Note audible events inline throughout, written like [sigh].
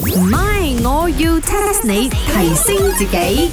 唔係，我要 test 你提升自己。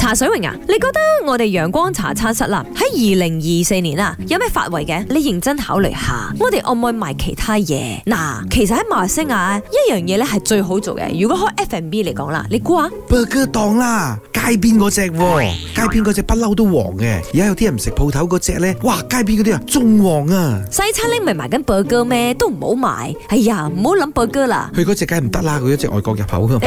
茶水榮啊，你覺得我哋陽光茶餐室啦，喺二零二四年啊，有咩發圍嘅？你認真考慮下，我哋可唔可以賣其他嘢？嗱，其實喺馬來西亞一樣嘢咧係最好做嘅。如果開 F&B 嚟講啦，你估下？ burger 檔啦，街邊嗰只喎，街邊嗰只不嬲都黃嘅。而家有啲人唔食鋪頭嗰只咧，哇，街邊嗰啲啊仲黃啊，西餐廳咪賣緊 burger 咩？都唔好賣。哎呀，唔好諗 burger 啦。佢嗰只梗係唔得啦，佢嗰只外國入口噶嘛。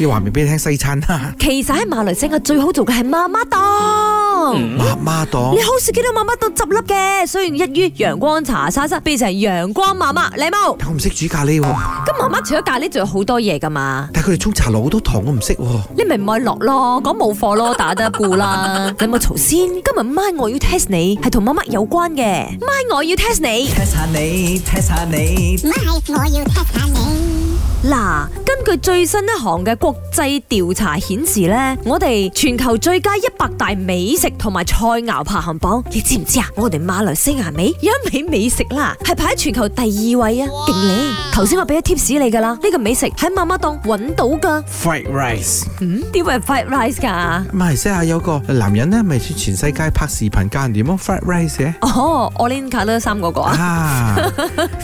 要話明俾你聽西餐啦，其實喺馬來西亞最好做嘅係媽媽檔。媽媽檔你。好少見到媽媽檔執笠嘅，雖然一於陽光茶沙室變成陽光媽媽，你冇？但我唔識煮咖喱喎，咁媽媽除咗咖喱，仲有好多嘢噶嘛？但係佢哋沖茶落好多糖，我唔識喎。你咪唔愛落咯，講冇貨咯，打得一顧 [laughs] 啦。你有冇嘈先？今日晚我要 test 你，係同媽媽有關嘅。晚我要 test 你。 test 下你，test 下你唔係，我要 test 下你。嗱，根據最新一項嘅國際調查顯示呢，我哋全球最佳一百大美食同埋菜肴排行榜，你知唔知啊？我哋馬來西亞美有一味美食啦，係排喺全球第二位啊，勁靚！頭先我俾咗 tips 你噶啦，呢、個美食喺媽媽檔揾到噶。 Fried rice。嗯，點會係 fried rice 㗎？馬來西亞有個男人咧，咪全世界拍視頻教人點樣 fried rice 嘅。哦 o r i n c o l o 三嗰個啊，啊，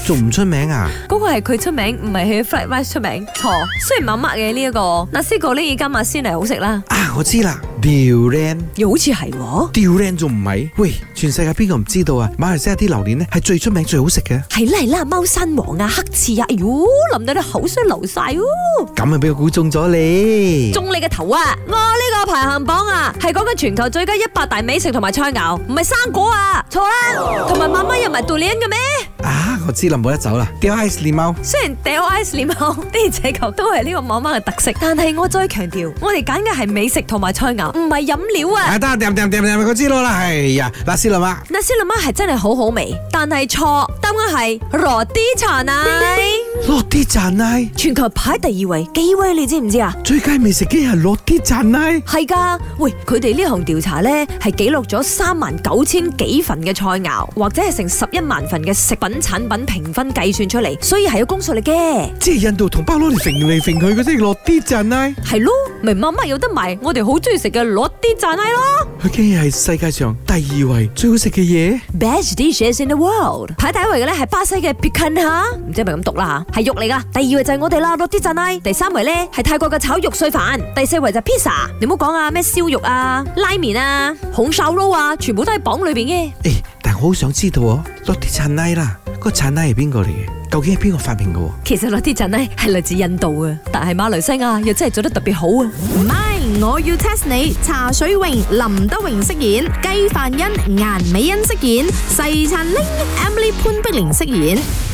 仲唔出名啊？嗰個係佢出名，唔係佢 fried rice 出名。錯，雖然麻麻嘅呢一個，那斯哥呢而家馬先嚟好食啦，啊，我知啦，durian。又好似係喎。 durian 仲唔係？喂，全世界邊個唔知道啊？馬來西亞啲榴蓮咧係最出名、最好食嘅。係啦係啦，貓山王啊，黑刺啊，哎喲，淋到你口水流晒哦！咁啊，俾我估中咗你。中你嘅頭啊！我呢個排行榜啊，係講緊全球最佳一百大美食同埋菜肴，唔係生果啊！錯啦，同埋媽媽又唔係 durian 嘅咩？啊，我知啦，冇得走啦。掉 ice 蓮貓，雖然掉 ice 臉口的而且確都係呢個媽媽嘅特色，但係我再強調，我哋揀嘅係美食同埋菜肴，唔係飲料啊！啊得，掉掉掉掉，我知道啦。係呀，嗱，斯林啊，那斯林媽係真係好好味，但係錯，答案係羅啲茶奶，落啲賺奶，全球排第二位，幾位你知唔知啊？最佳美食機係落啲賺奶。係㗎，喂，佢哋呢項調查呢，係記錄咗三萬九千幾份嘅菜肴，或者係成十一萬份嘅食品產品評分計算出嚟，所以係有公數嚟嘅。即係印度同胞攞嚟揈嚟揈去嗰啲落啲賺奶，係咯，咪媽媽有得賣，我哋好中意食嘅羅啲茶奶咯佢竟然係世界上第二位最好食嘅嘢。 ，Best dishes in the world。排第一位嘅呢係巴西嘅 pican 吓，唔知係咪咁讀啦吓，係肉嚟㗎。第二位就係我哋啦，羅啲茶奶。第三位呢係泰國嘅炒肉碎飯，第四位就 pizza。你唔好講啊，咩燒肉啊、拉麵啊、紅燒撈啊，全部都喺榜裏邊嘅。誒，但我好想知道哦，落啲賺奶啦，個賺奶係邊個嚟嘅？究竟係邊個發明嘅喎？其實落啲陣呢係來自印度啊，但係馬來西亞又真係做得特別好啊！唔係，我要 test 你。茶水榮、林德榮飾演，雞凡欣、顏美欣飾演，細陳玲、Emily 潘碧玲飾演。